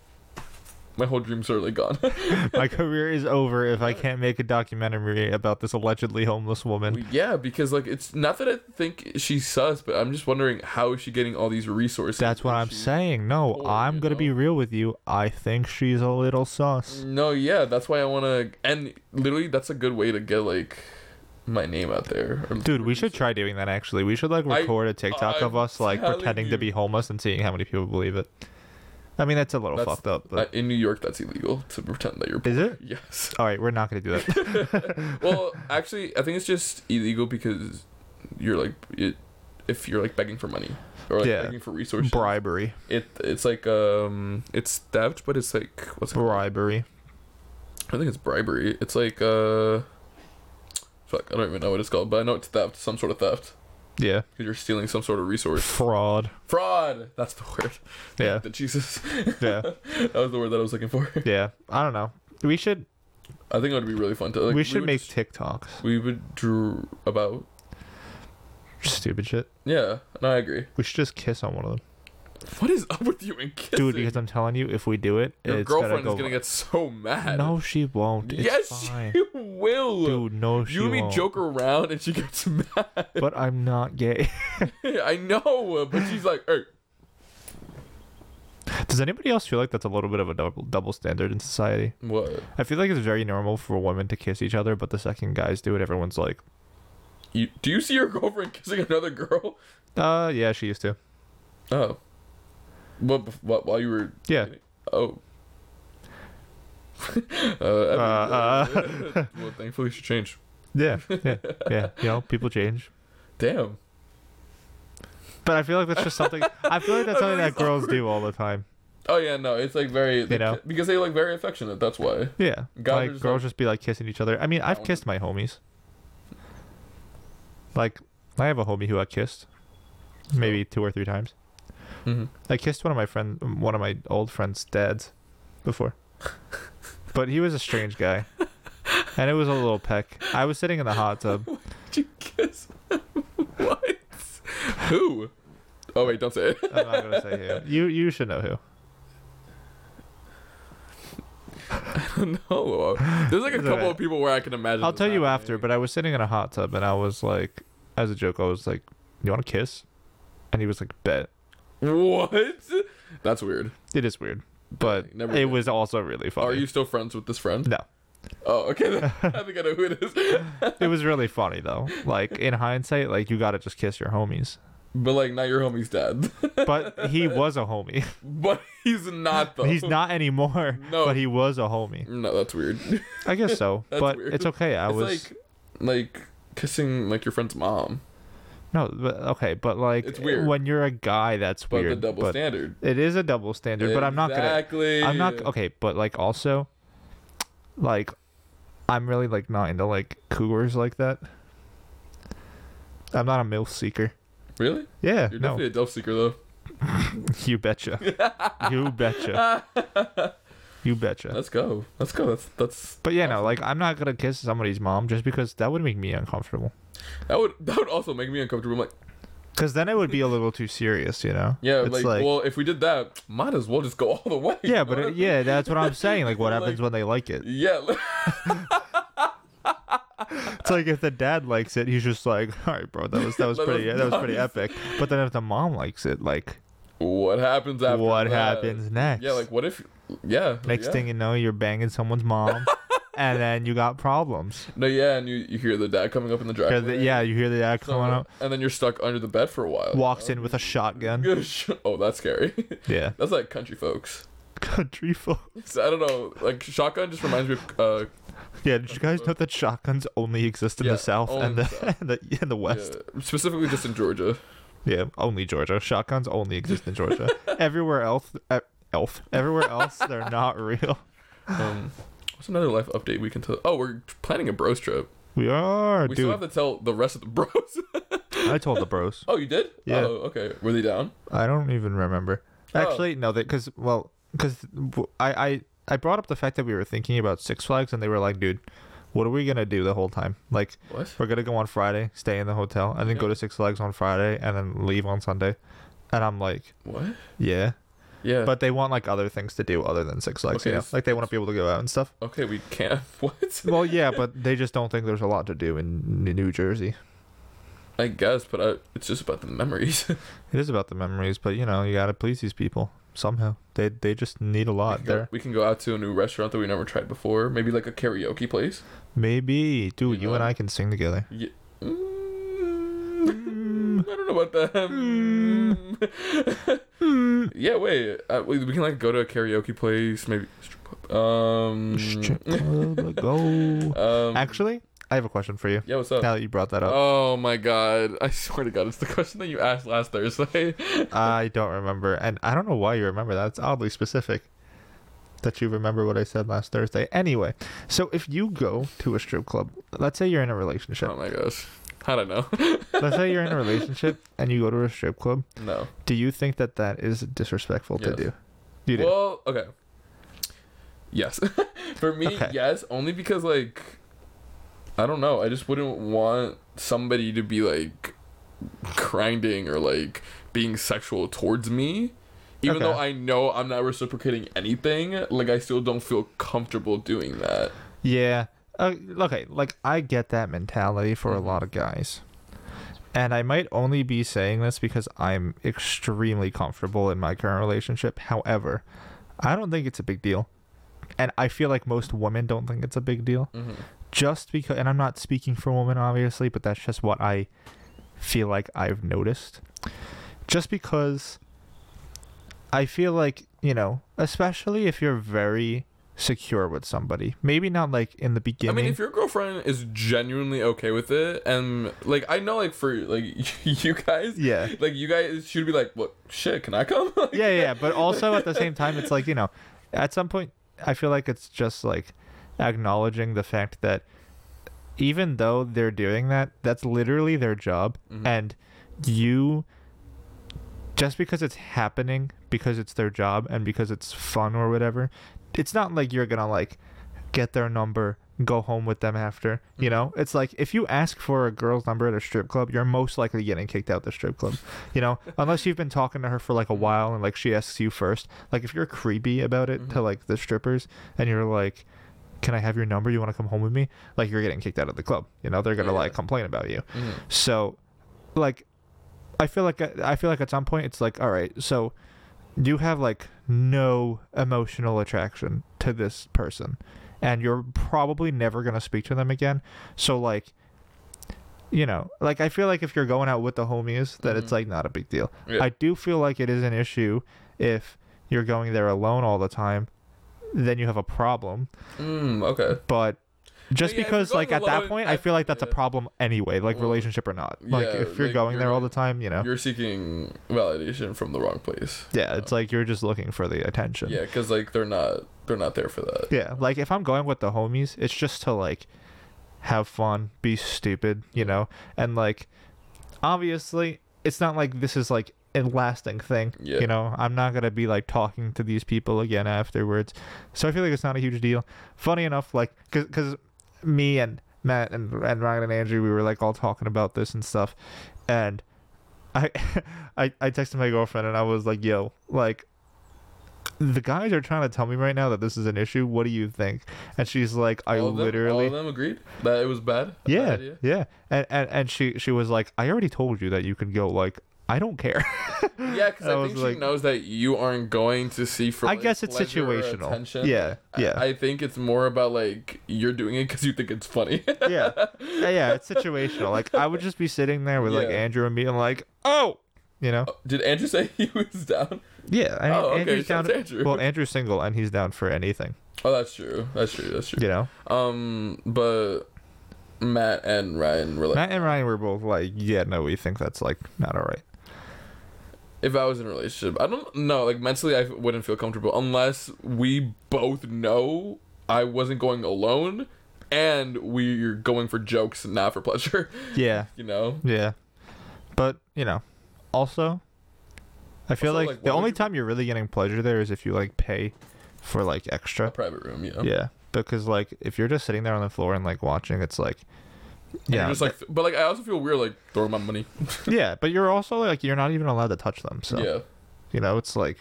S2: My whole dreams are like gone.
S1: My career is over if I can't make a documentary about this allegedly homeless woman.
S2: yeah, because like it's not that I think she's sus, but I'm just wondering how is she getting all these resources?
S1: That's what
S2: if
S1: I'm
S2: she-
S1: saying. No,
S2: poor,
S1: I'm
S2: you
S1: gonna be
S2: know?
S1: real with you. I think she's a little sus.
S2: No, yeah, that's why I want to, and literally that's a good way to get like my name out there. or-
S1: Dude, we should try doing that actually. We should like
S2: I-
S1: record a TikTok
S2: I'm
S1: of us like
S2: telling
S1: pretending
S2: you.
S1: to be homeless and seeing how many people believe it. I mean, that's a little
S2: That's-
S1: fucked up,
S2: Uh,
S1: but
S2: in New York, that's illegal to pretend that you're.
S1: is it?
S2: Yes.
S1: All right, we're not gonna do that.
S2: well, actually, I think it's just illegal because you're like it, if you're like begging for money or like
S1: Yeah.
S2: begging for resources.
S1: Bribery,
S2: It it's like um it's theft, but it's like what's it called?
S1: bribery.
S2: I think it's bribery. It's like uh. Fuck, I don't even know what it's called, but I know it's theft, some sort of theft.
S1: Yeah.
S2: because you're stealing some sort of resource.
S1: Fraud.
S2: Fraud. That's the word.
S1: Yeah.
S2: The Jesus.
S1: Yeah.
S2: that was the word that I was looking for.
S1: Yeah. I don't know. We should
S2: I think it would be really fun to. Like,
S1: we should
S2: would
S1: make
S2: just-
S1: TikToks.
S2: we would drew about.
S1: Stupid shit.
S2: Yeah. No, I agree.
S1: We should just kiss on one of them.
S2: What is up with you and kissing?
S1: Dude, because I'm telling you, if we do it,
S2: your
S1: it's
S2: girlfriend
S1: gonna
S2: is
S1: go
S2: gonna get so mad.
S1: No, she won't. It's
S2: yes,
S1: fine.
S2: she will.
S1: Dude, no, she
S2: you and me
S1: won't.
S2: joke around, and she gets mad.
S1: But I'm not gay.
S2: I know, but she's like, "Hey,
S1: Does anybody else feel like that's a little bit of a double double standard in society?
S2: what?
S1: I feel like it's very normal for women to kiss each other, but the second guys do it, everyone's like,
S2: You, do you see your girlfriend kissing another girl?"
S1: "Uh, yeah, she used to."
S2: Oh, what? bef- What? While you were?
S1: Yeah.
S2: Oh. uh, Ebony, uh, well, thankfully she changed.
S1: Yeah, yeah, yeah. You know, people change.
S2: Damn.
S1: But I feel like that's just something. I feel like that's something that girls do all the time.
S2: Oh yeah, no, it's like very they
S1: know?
S2: ki- because they like very affectionate. That's why.
S1: Yeah,
S2: Guys are
S1: like
S2: just
S1: girls
S2: like-
S1: just be like kissing each other. I mean, I've
S2: Down.
S1: kissed my homies. Like, I have a homie who I kissed, maybe two or three times.
S2: Mhm.
S1: I kissed one of my friend, one of my old friends' dads, before. but he was a strange guy, and it was a little peck. I was sitting in the hot tub.
S2: Did you kiss? what? Who? Oh wait, don't say it.
S1: I'm not gonna say who. You you should know who.
S2: no, uh, there's like a
S1: It's
S2: couple
S1: alright.
S2: of people where I can imagine.
S1: I'll
S2: this
S1: tell you after,
S2: happening.
S1: but I was sitting in a hot tub and I was like, as a joke, I was like, "You want to kiss?" And he was like, "Bet."
S2: what? That's weird.
S1: It is weird, but
S2: Never
S1: it
S2: mind.
S1: was also really funny.
S2: Are you still friends with this friend?
S1: No,
S2: Oh, okay. then. I think I know who it is.
S1: it was really funny though. Like in hindsight, like you gotta just kiss your homies.
S2: But like, not your homie's dad.
S1: But he was a homie.
S2: but Oh. he's not though.
S1: He's not anymore.
S2: No.
S1: but he was a homie.
S2: No, that's weird. It's
S1: I guess so.
S2: That's
S1: but
S2: weird.
S1: it's okay. I was
S2: like, like kissing like your friend's mom,
S1: no, but okay. But like,
S2: It's weird.
S1: when you're a guy. That's
S2: but
S1: weird.
S2: the double
S1: but
S2: standard.
S1: It is a double standard. But I'm not gonna.
S2: Exactly.
S1: I'm not okay. But like also, like, I'm really like not into like cougars like that. I'm not a milf seeker.
S2: Really?
S1: Yeah,
S2: You're
S1: Uh, no,
S2: definitely a Delph seeker though.
S1: You betcha. you betcha. You betcha.
S2: Let's go. Let's go. That's that's
S1: But yeah, no, like I'm not gonna kiss somebody's mom just because that would make me uncomfortable.
S2: that would that would also make me uncomfortable. I'm like,
S1: Cause then it would be a little too serious, you know.
S2: yeah,
S1: It's
S2: like, well, if we did that, might as well just go all the way. you
S1: yeah,
S2: know
S1: but
S2: what I
S1: it,
S2: mean?
S1: yeah, that's what I'm saying. Like, what happens when they like it?
S2: yeah. like-
S1: It's like if the dad likes it, he's just like, all right, bro, that was that was
S2: That
S1: pretty
S2: was
S1: that was pretty
S2: nice."
S1: epic. But then if the mom likes it, like,
S2: What happens after?
S1: what
S2: that?
S1: happens next?
S2: Yeah, like what if? Yeah.
S1: next
S2: yeah.
S1: thing you know, you're banging someone's mom, and then you got problems.
S2: No, yeah, and you, you hear the dad coming up in the
S1: Yeah,
S2: driveway.
S1: the- yeah, you hear the dad
S2: So- uh,
S1: coming up,
S2: And then you're stuck under the bed for a while.
S1: walks in with a shotgun.
S2: Gosh. Oh, that's scary.
S1: Yeah.
S2: that's like country folks.
S1: Country folk.
S2: So, I don't know. Like shotgun just reminds me of uh,
S1: Yeah, did you guys know that shotguns only exist in
S2: Yeah,
S1: the South
S2: only
S1: and
S2: in
S1: the,
S2: the South.
S1: and the and the
S2: yeah,
S1: West?
S2: specifically just in Georgia.
S1: Yeah. only Georgia. Shotguns only exist in Georgia. everywhere else, e- elf. Everywhere else, they're not real.
S2: Um, what's another life update we can tell? Oh, we're planning a bros trip.
S1: We are,
S2: We still
S1: Oh, dude.
S2: have to tell the rest of the bros.
S1: I told the bros.
S2: oh, you did?
S1: Yeah.
S2: Oh, okay. Were they down?
S1: I don't even remember.
S2: Oh.
S1: Actually, no, that because well, because I I I brought up the fact that we were thinking about Six Flags, and they were like, dude. What are we gonna do the whole time? Like,
S2: What?
S1: we're gonna go on Friday, stay in the hotel, and then go
S2: Yeah.
S1: to Six Flags on Friday, and then leave on Sunday. And I'm like,
S2: What?
S1: yeah,
S2: Yeah.
S1: but they want like other things to do other than Six Flags.
S2: Okay,
S1: you know?
S2: s-
S1: like they want to be able to go out and stuff.
S2: okay, we can't. What?
S1: Well, yeah, but they just don't think there's a lot to do in N- New Jersey.
S2: I guess, but I, it's just about the memories.
S1: It is about the memories, but you know you gotta please these people somehow. They they just need a lot there.
S2: we can go out to a new restaurant that we never tried before. Maybe like a karaoke place.
S1: Maybe, dude,
S2: You
S1: you and
S2: know?
S1: I can sing together.
S2: Yeah. Mm, I don't know about that. Mm. yeah, wait. Uh, we, we can like go to a karaoke place. Maybe. strip club. Um.
S1: Strip club, go.
S2: um
S1: Actually, I have a question for you.
S2: yeah. What's up?
S1: Now that you brought that up,
S2: Oh my god! I swear to God, it's the question that you asked last Thursday.
S1: I don't remember, and I don't know why you remember that. It's oddly specific that you remember what I said last Thursday. Anyway, so if you go to a strip club, let's say you're in a relationship,
S2: oh my gosh. I don't know.
S1: Let's say you're in a relationship and you go to a strip club.
S2: No.
S1: Do you think that that is disrespectful
S2: Yes.
S1: to do? You do.
S2: Well, okay. Yes. For me,
S1: Okay.
S2: yes, only because like I don't know, I just wouldn't want somebody to be like grinding or like being sexual towards me. Even
S1: Okay.
S2: though I know I'm not reciprocating anything, like I still don't feel comfortable doing that.
S1: yeah. Uh, okay. Like I get that mentality for
S2: Mhm.
S1: a lot of guys, and I might only be saying this because I'm extremely comfortable in my current relationship. However, I don't think it's a big deal, and I feel like most women don't think it's a big deal.
S2: Mm-hmm.
S1: just because and i'm not speaking for women obviously but that's just what i feel like i've noticed just because i feel like you know especially if you're very secure with somebody maybe not like in the
S2: I
S1: beginning
S2: mean, if your girlfriend is genuinely okay with it, and like I know, like for like you guys,
S1: yeah
S2: like you guys should be like, "What shit? Can I come?" Like,
S1: yeah yeah but also at the same time it's like you know at some point i feel like it's just like acknowledging the fact that even though they're doing that that's literally their job
S2: Mhm.
S1: and you just because it's happening because it's their job and because it's fun or whatever it's not like you're gonna like get their number go home with them after you know it's like if you ask for a girl's number at a strip club you're most likely getting kicked out the strip club you know unless you've been talking to her for like a while and like she asks you first like if you're creepy about it to
S2: Mhm.
S1: like the strippers and you're like can i have your number you want to come home with me like you're getting kicked out of the club you know they're gonna
S2: Yeah.
S1: like complain about you
S2: Mhm.
S1: so, like, I feel like I feel like at some point it's like, all right, so you have like no emotional attraction to this person, and you're probably never gonna speak to them again. So like, you know, like I feel like if you're going out with the homies, that
S2: Mhm.
S1: it's like not a big deal.
S2: Yeah.
S1: I do feel like it is an issue if you're going there alone all the time, then you have a problem.
S2: Mm, okay.
S1: But just
S2: yeah, if you're
S1: because,
S2: going
S1: like, at that
S2: alone,
S1: point,
S2: I-
S1: I feel like that's a
S2: yeah.
S1: problem anyway, like,
S2: Well,
S1: relationship or not. Like,
S2: yeah,
S1: if you're
S2: like,
S1: going
S2: you're
S1: there all the
S2: not-
S1: time, you know.
S2: You're seeking validation from the wrong place.
S1: Yeah, it's like you're just looking for the attention.
S2: uh, Yeah, because like they're not they're not there for that.
S1: Yeah, like, if I'm going with the homies, it's just to, like, have fun, be stupid, you know? And, like, obviously, it's not like this is, like, a lasting thing.
S2: Yeah.
S1: You know, I'm not going to be, like, talking to these people again afterwards. So I feel like it's not a huge deal. Funny enough, like, because me and Matt and, and Ryan and Andrew, we were like all talking about this and stuff. And I, I, I texted my girlfriend and I was like, yo, like, the guys are trying to tell me right now that this is an issue. What do you think? And she's like, I
S2: All of them-
S1: literally.
S2: all of them agreed that it was bad. a
S1: yeah,
S2: bad idea?
S1: yeah. And, and and she she was like, I already told you that you could go. Like, I don't care.
S2: Yeah, because
S1: I
S2: I,
S1: was
S2: think
S1: like-
S2: she knows that you aren't going to see for.
S1: I
S2: like,
S1: guess it's
S2: pleasure or
S1: situational.
S2: attention.
S1: Yeah,
S2: I-
S1: yeah.
S2: I, think it's more about like you're doing it because you think it's funny.
S1: yeah. yeah, yeah. It's situational. Like, I would just be sitting there with like
S2: Yeah.
S1: Andrew and me, and like, oh, you know.
S2: Did Andrew say he was down?
S1: Yeah, I mean,
S2: oh, okay.
S1: Andrew's
S2: so it's
S1: down.
S2: Andrew.
S1: Well, Andrew's single and he's down for anything.
S2: oh, that's true. That's true. That's true.
S1: You know,
S2: Um, but Matt and Ryan were like,
S1: Matt and Ryan were both like, "Yeah, no, we think that's like not all right."
S2: if I was in a relationship, I don't know. Like mentally, I wouldn't feel comfortable unless we both know I wasn't going alone, and we're going for jokes, not for pleasure.
S1: Yeah,
S2: You know.
S1: yeah, but you know, also, I feel
S2: Also,
S1: like,
S2: like, why
S1: the
S2: would
S1: only
S2: you-
S1: time you're really getting pleasure there is if you like pay for like
S2: A
S1: extra.
S2: private room, yeah.
S1: Yeah, because like if you're just sitting there on the floor and like watching, it's like,
S2: And
S1: yeah,
S2: you're just like, but like, I also feel weird like throwing my money.
S1: yeah, but you're also like you're not even allowed to touch them. So
S2: yeah.
S1: You know, it's like,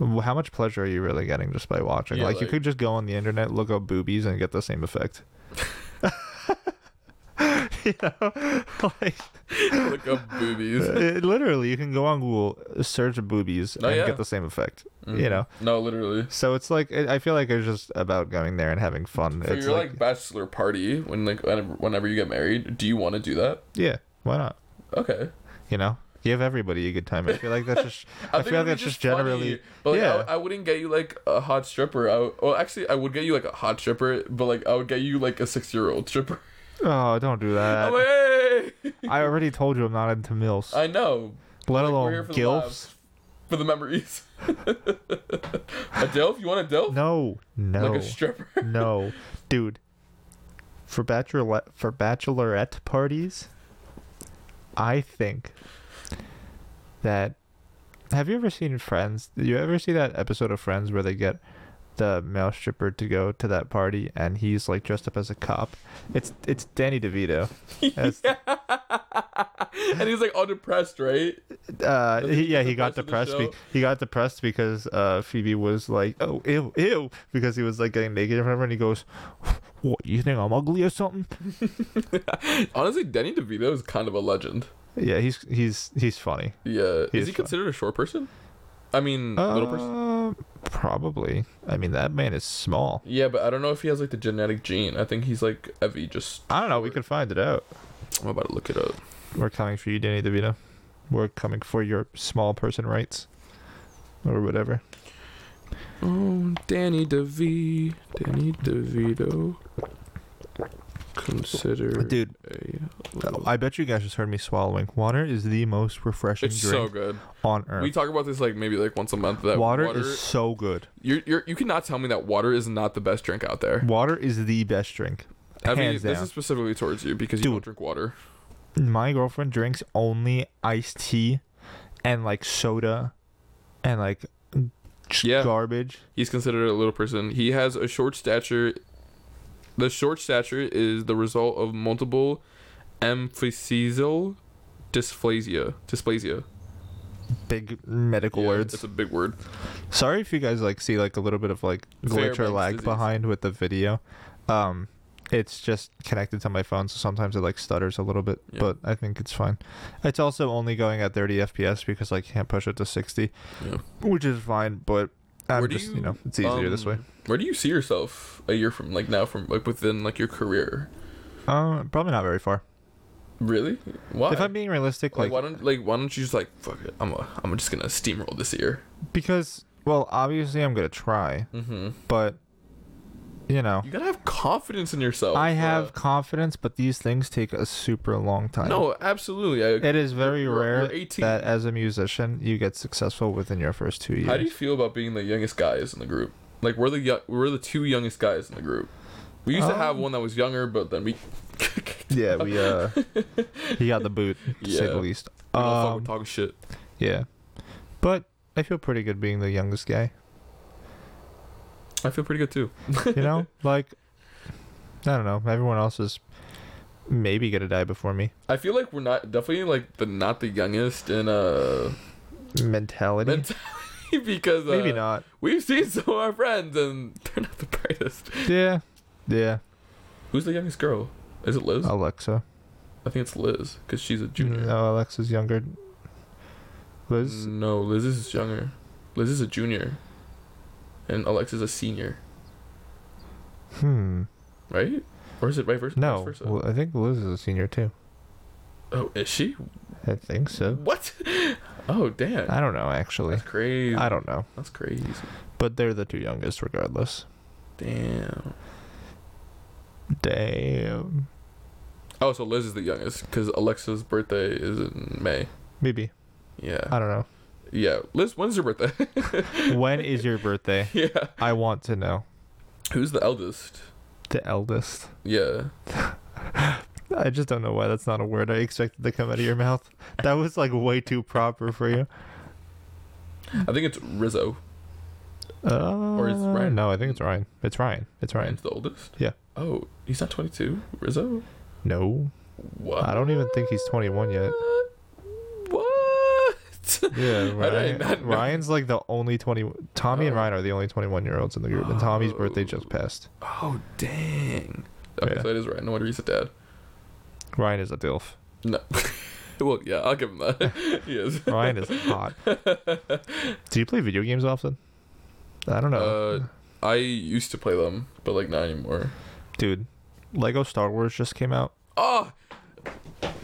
S1: w- how much pleasure are you really getting just by watching?
S2: Yeah,
S1: like, you
S2: like-
S1: could just go on the internet, look up boobies, and get the same effect. you know, like
S2: Look up boobies.
S1: it- literally, you can go on Google, search boobies,
S2: Oh,
S1: and
S2: yeah.
S1: get the same effect.
S2: Mhm.
S1: You know,
S2: No, literally.
S1: so it's like it, I feel like it's just about going there and having fun.
S2: For
S1: it's
S2: your like, bachelor party, when like whenever, whenever you get married, do you want to do that?
S1: yeah, why not?
S2: Okay.
S1: You know, give everybody a good time. I feel like that's just, I, feel
S2: think
S1: like
S2: it'd be
S1: that's just generally,
S2: funny, But like,
S1: yeah.
S2: I, I wouldn't get you like a hot stripper. I, would- well, actually, I would get you like a hot stripper, but like I would get you like a six-year-old stripper.
S1: oh, don't do that.
S2: I'm like, hey!
S1: I already told you I'm not into milfs.
S2: I know.
S1: let
S2: We're
S1: alone
S2: here for the
S1: gilfs.
S2: laughs, for the memories. a delf? You want a delf?
S1: No, no,
S2: Like a stripper.
S1: no, dude. for bachelorette for bachelorette parties, I think that have you ever seen Friends? Did you ever see that episode of Friends where they get the male stripper to go to that party and he's like dressed up as a cop? It's it's Danny DeVito. That's-
S2: and he's like all depressed, right?
S1: Uh,
S2: Does
S1: he,
S2: he
S1: yeah,
S2: get
S1: he got
S2: depressed
S1: depressed.
S2: in the
S1: Be- he got depressed because uh, Phoebe was like, "Oh, ew, ew," because he was like getting naked in front of her, and he goes, "What? You think I'm ugly or something?"
S2: Honestly, Danny DeVito is kind of a legend.
S1: Yeah, he's he's he's funny. He
S2: Yeah, is
S1: is
S2: he
S1: funny.
S2: considered a short person? I mean, little person.
S1: Uh, Probably. I mean, that man is small.
S2: Yeah, but I don't know if he has like the genetic gene. I think he's like Evie. Just
S1: I don't know. We could find it out.
S2: I'm about to look it up.
S1: We're coming for you, Danny DeVito. We're coming for your small person rights, or whatever.
S2: Oh, Danny DeVito. Danny DeVito. Consider
S1: Dude, I bet you guys just heard me swallowing. Water is the most refreshing
S2: It's so
S1: drink
S2: good.
S1: on earth.
S2: We talk about this like maybe like once a month. That
S1: water, is so good.
S2: You're, you're, you cannot tell me that water is not the best drink out there.
S1: Water is the best drink.
S2: I mean,
S1: Hands
S2: this
S1: down.
S2: is specifically towards you because you don't
S1: Dude.
S2: drink water.
S1: My girlfriend drinks only iced tea and like soda and like just
S2: Yeah.
S1: garbage.
S2: He's considered a little person. He has a short stature. The short stature is the result of multiple emphysal dysplasia. Dysplasia.
S1: Big medical
S2: Yeah,
S1: words.
S2: That's a big word.
S1: Sorry if you guys like see like a little bit of like glitch or
S2: Fairbanks
S1: lag
S2: disease.
S1: behind with the video. Um it's just connected to my phone so sometimes it like stutters a little bit,
S2: Yeah.
S1: but I think it's fine. It's also only going at 30 FPS because I can't push it to 60,
S2: Yeah.
S1: which is fine, but I'm
S2: Where do
S1: just, you,
S2: you,
S1: know, it's easier this way.
S2: Um, Where do you see yourself a year from like now from like within like your career?
S1: Um probably not very far.
S2: Really? Why?
S1: If I'm being realistic,
S2: like,
S1: like,
S2: why don't like why don't you just like fuck it? I'm a, I'm just gonna steamroll this year.
S1: because well, obviously I'm going to try,
S2: Mm-hmm.
S1: but you know,
S2: You gotta have confidence in yourself.
S1: I
S2: bruh.
S1: have confidence, but these things take a super long time.
S2: No, absolutely. I,
S1: It is very
S2: You're-
S1: rare
S2: you're 18.
S1: that as a musician you get successful within your first two years.
S2: How do you feel about being the youngest guys in the group? Like we're the yo- we're the two youngest guys in the group. We used to have
S1: Um,
S2: one that was younger, but then we, we
S1: yeah, we uh, he got the boot to say the
S2: Yeah.
S1: least.
S2: don't fuck
S1: Um,
S2: with talking shit.
S1: yeah, but I feel pretty good being the youngest guy.
S2: I feel pretty good too.
S1: You know, like I don't know, everyone else is maybe gonna die before me.
S2: I feel like we're not definitely like the not the youngest in uh
S1: Mentality,
S2: mentality because uh,
S1: maybe not.
S2: We've seen some of our friends and they're not the brightest.
S1: Yeah, yeah.
S2: Who's the youngest girl? Is it Liz?
S1: Alexa,
S2: I think it's Liz because she's a junior.
S1: Oh. no, Alexa's younger. Liz,
S2: No, Liz is younger. Liz is a junior, and Alex is a senior, Mm.
S1: hmm,
S2: right? Or is it right versa?
S1: no,
S2: vice versa?
S1: well, I think Liz is a senior too.
S2: Oh, is she?
S1: I think so.
S2: What? Oh, damn.
S1: I don't know actually.
S2: That's crazy.
S1: I don't know.
S2: That's crazy.
S1: But they're the two youngest, regardless.
S2: Damn.
S1: Damn.
S2: Oh, so Liz is the youngest because Alexa's birthday is in May.
S1: Maybe.
S2: Yeah.
S1: I don't know.
S2: Yeah. Liz, when's your birthday?
S1: When is your birthday?
S2: yeah.
S1: I want to know.
S2: Who's the eldest?
S1: The eldest.
S2: Yeah.
S1: I just don't know why that's not a word I expected to come out of your mouth. That was like way too proper for you.
S2: I think it's Rizzo.
S1: Uh, or
S2: it's Ryan.
S1: No, I think it's Ryan. It's Ryan. It's Ryan.
S2: Ryan's the oldest?
S1: Yeah.
S2: Oh, he's not 22? Rizzo?
S1: No.
S2: What?
S1: I don't even think he's 21 yet.
S2: What?
S1: Yeah,
S2: How did I not
S1: Ryan,
S2: know?
S1: Ryan's like the only 20. Tommy and
S2: Oh.
S1: Ryan are the only 21 year olds in the group, and Tommy's birthday just passed.
S2: Oh, dang. Okay,
S1: Yeah.
S2: so that is right. No wonder he's a dad.
S1: Ryan is a DILF.
S2: No. well, yeah, I'll give him that. he is.
S1: Ryan is hot. Do you play video games often? I don't know,
S2: Uh, I used to play them, but like not anymore.
S1: dude. Lego Star Wars just came out.
S2: Oh,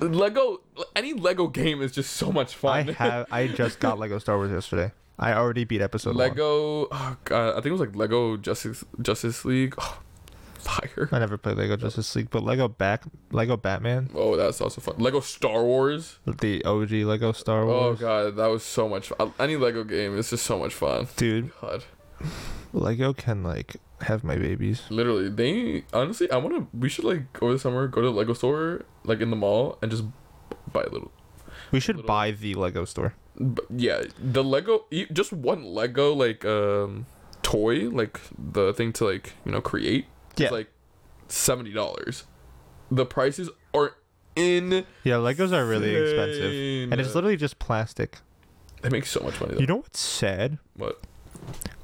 S2: Lego. Any Lego game is just so much
S1: I
S2: fun.
S1: have. I just got Lego Star Wars yesterday. I already beat episode one.
S2: Lego. Oh god, I think it was like Lego Justice Justice League. Oh, fire.
S1: I never played Lego Justice League, but Lego back Lego Batman,
S2: Oh, that's also fun. Lego Star Wars.
S1: the OG Lego Star
S2: Oh
S1: Wars.
S2: god, that was so much. Fun. Any Lego game is just so much fun.
S1: Dude,
S2: God.
S1: Lego can like have my babies.
S2: Literally, they honestly, I want to. We should like over the summer go to the Lego store, like in the mall, and just buy little.
S1: We should
S2: Little-
S1: buy the Lego store.
S2: But yeah, the Lego, e- just one Lego like um toy, like the thing to like you know create.
S1: Yeah.
S2: It's like seventy dollars. The prices are in.
S1: Yeah, Legos are really expensive. And it's literally just plastic.
S2: They make so much money. Though.
S1: You know what's sad?
S2: What?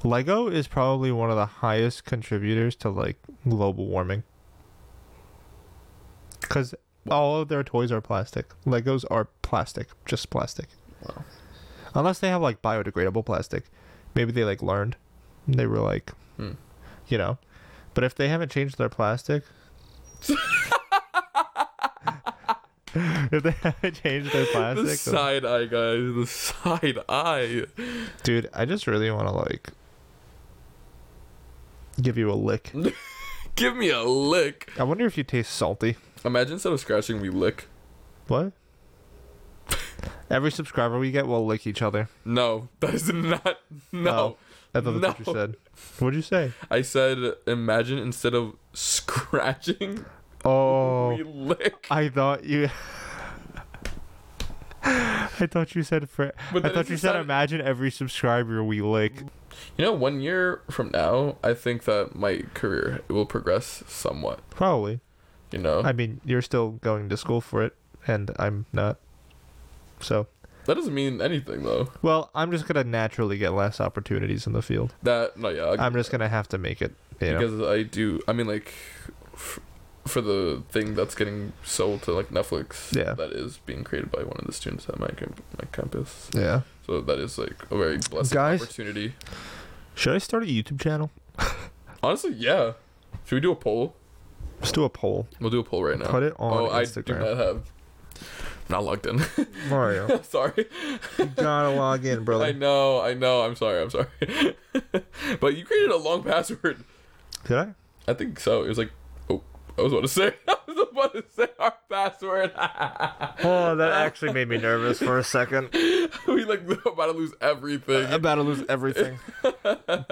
S1: Lego is probably one of the highest contributors to like global warming. Cuz all of their toys are plastic. Legos are plastic, just plastic.
S2: Wow.
S1: Unless they have like biodegradable plastic. Maybe they like learned. They were like
S2: Hmm.
S1: you know. But if they haven't changed their plastic If they haven't changed their plastic,
S2: the
S1: then-
S2: side eye, guys. The side eye.
S1: Dude, I just really want to like give you a lick.
S2: Give me a lick.
S1: I wonder if you taste salty.
S2: Imagine instead of scratching, we lick.
S1: What? Every subscriber we get will lick each other.
S2: No, that is not. No.
S1: Oh, I thought that's what you
S2: No.
S1: said. What'd you say?
S2: I said, imagine instead of scratching,
S1: Oh,
S2: we lick.
S1: I thought you. I thought you said for. I
S2: But that
S1: thought you
S2: doesn't
S1: said
S2: sound-
S1: imagine every subscriber we lick.
S2: You know, one year from now, I think that my career will progress somewhat.
S1: Probably.
S2: You know,
S1: I mean, you're still going to school for it, and I'm not. So,
S2: that doesn't mean anything though.
S1: well, I'm just gonna naturally get less opportunities in the field.
S2: That no, yeah, I-
S1: I'm just gonna have to make it. You know.
S2: because I do. I mean, like, f- for the thing that's getting sold to like Netflix,
S1: Yeah.
S2: that is being created by one of the students at my camp- my campus.
S1: Yeah.
S2: So that is like a very blessed
S1: Guys?
S2: opportunity.
S1: Should I start a YouTube channel?
S2: Honestly, yeah. Should we do a poll?
S1: Let's do a poll.
S2: We'll do a poll right now.
S1: Put it on
S2: oh, I do
S1: Instagram.
S2: not have. Not logged in.
S1: Mario,
S2: sorry.
S1: you gotta log in,
S2: I know. I know. I'm sorry. I'm sorry. but you created a long password.
S1: Did I?
S2: I think so. It was like, oh, I was about to say. I was about to say our password.
S1: Oh, that actually made me nervous for a second.
S2: we like about to lose
S1: I'm
S2: everything.
S1: about to lose everything,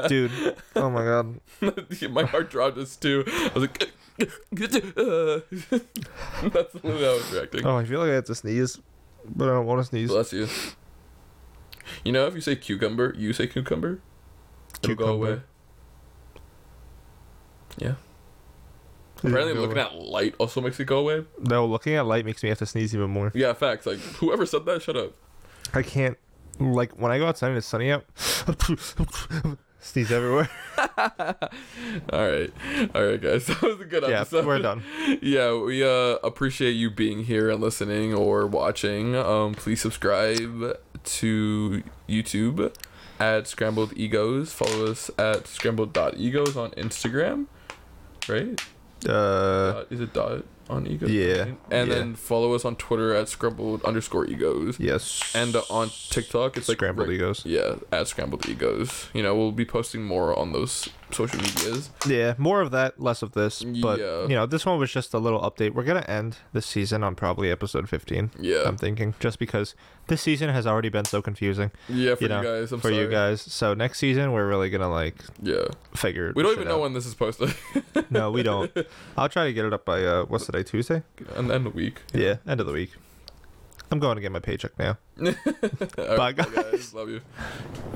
S1: dude. Oh my god. Uh,
S2: My heart dropped us too. I was like. uh. That's the way I was reacting.
S1: Oh, I feel like I have to sneeze, but I don't want to sneeze.
S2: Bless you. You know, if you say cucumber, you say cucumber, it'll go
S1: Cucumber.
S2: away. Yeah. Apparently, looking at light also makes it go away.
S1: no, looking at light makes me have to sneeze even more.
S2: Yeah, facts. Like whoever said that, shut up.
S1: I can't. Like when I go outside and it's sunny out, sneeze everywhere.
S2: All right, all right, guys. That was a good
S1: yeah,
S2: episode.
S1: we're done.
S2: Yeah, we uh, appreciate you being here and listening or watching. Um, please subscribe to YouTube at Scrambled Egos. Follow us at scrambled.egos on Instagram. Right?
S1: Uh,
S2: Dot is it dot on egos?
S1: yeah,
S2: right? And then follow us on Twitter at scrambled underscore egos.
S1: yes.
S2: And uh, on TikTok, it's like
S1: scrambled
S2: Rick-
S1: egos.
S2: Yeah, at Scrambled Egos. You know, we'll be posting more on those social medias.
S1: Yeah, more of that, less of this. But
S2: Yeah.
S1: you know, this one was just a little update. We're gonna end this season on probably episode fifteen.
S2: Yeah.
S1: I'm thinking just because this season has already been so confusing
S2: yeah, for
S1: you
S2: you,
S1: know,
S2: guys. I'm
S1: for
S2: sorry.
S1: you guys. So next season we're really gonna like
S2: Yeah.
S1: figure.
S2: We don't
S1: shit
S2: even know
S1: out.
S2: when this is posted.
S1: no, we don't. I'll try to get it up by uh, what's today? Tuesday.
S2: and end the week.
S1: Yeah, end of the week. I'm going to get my paycheck now.
S2: All
S1: Bye,
S2: right, guys. Love you.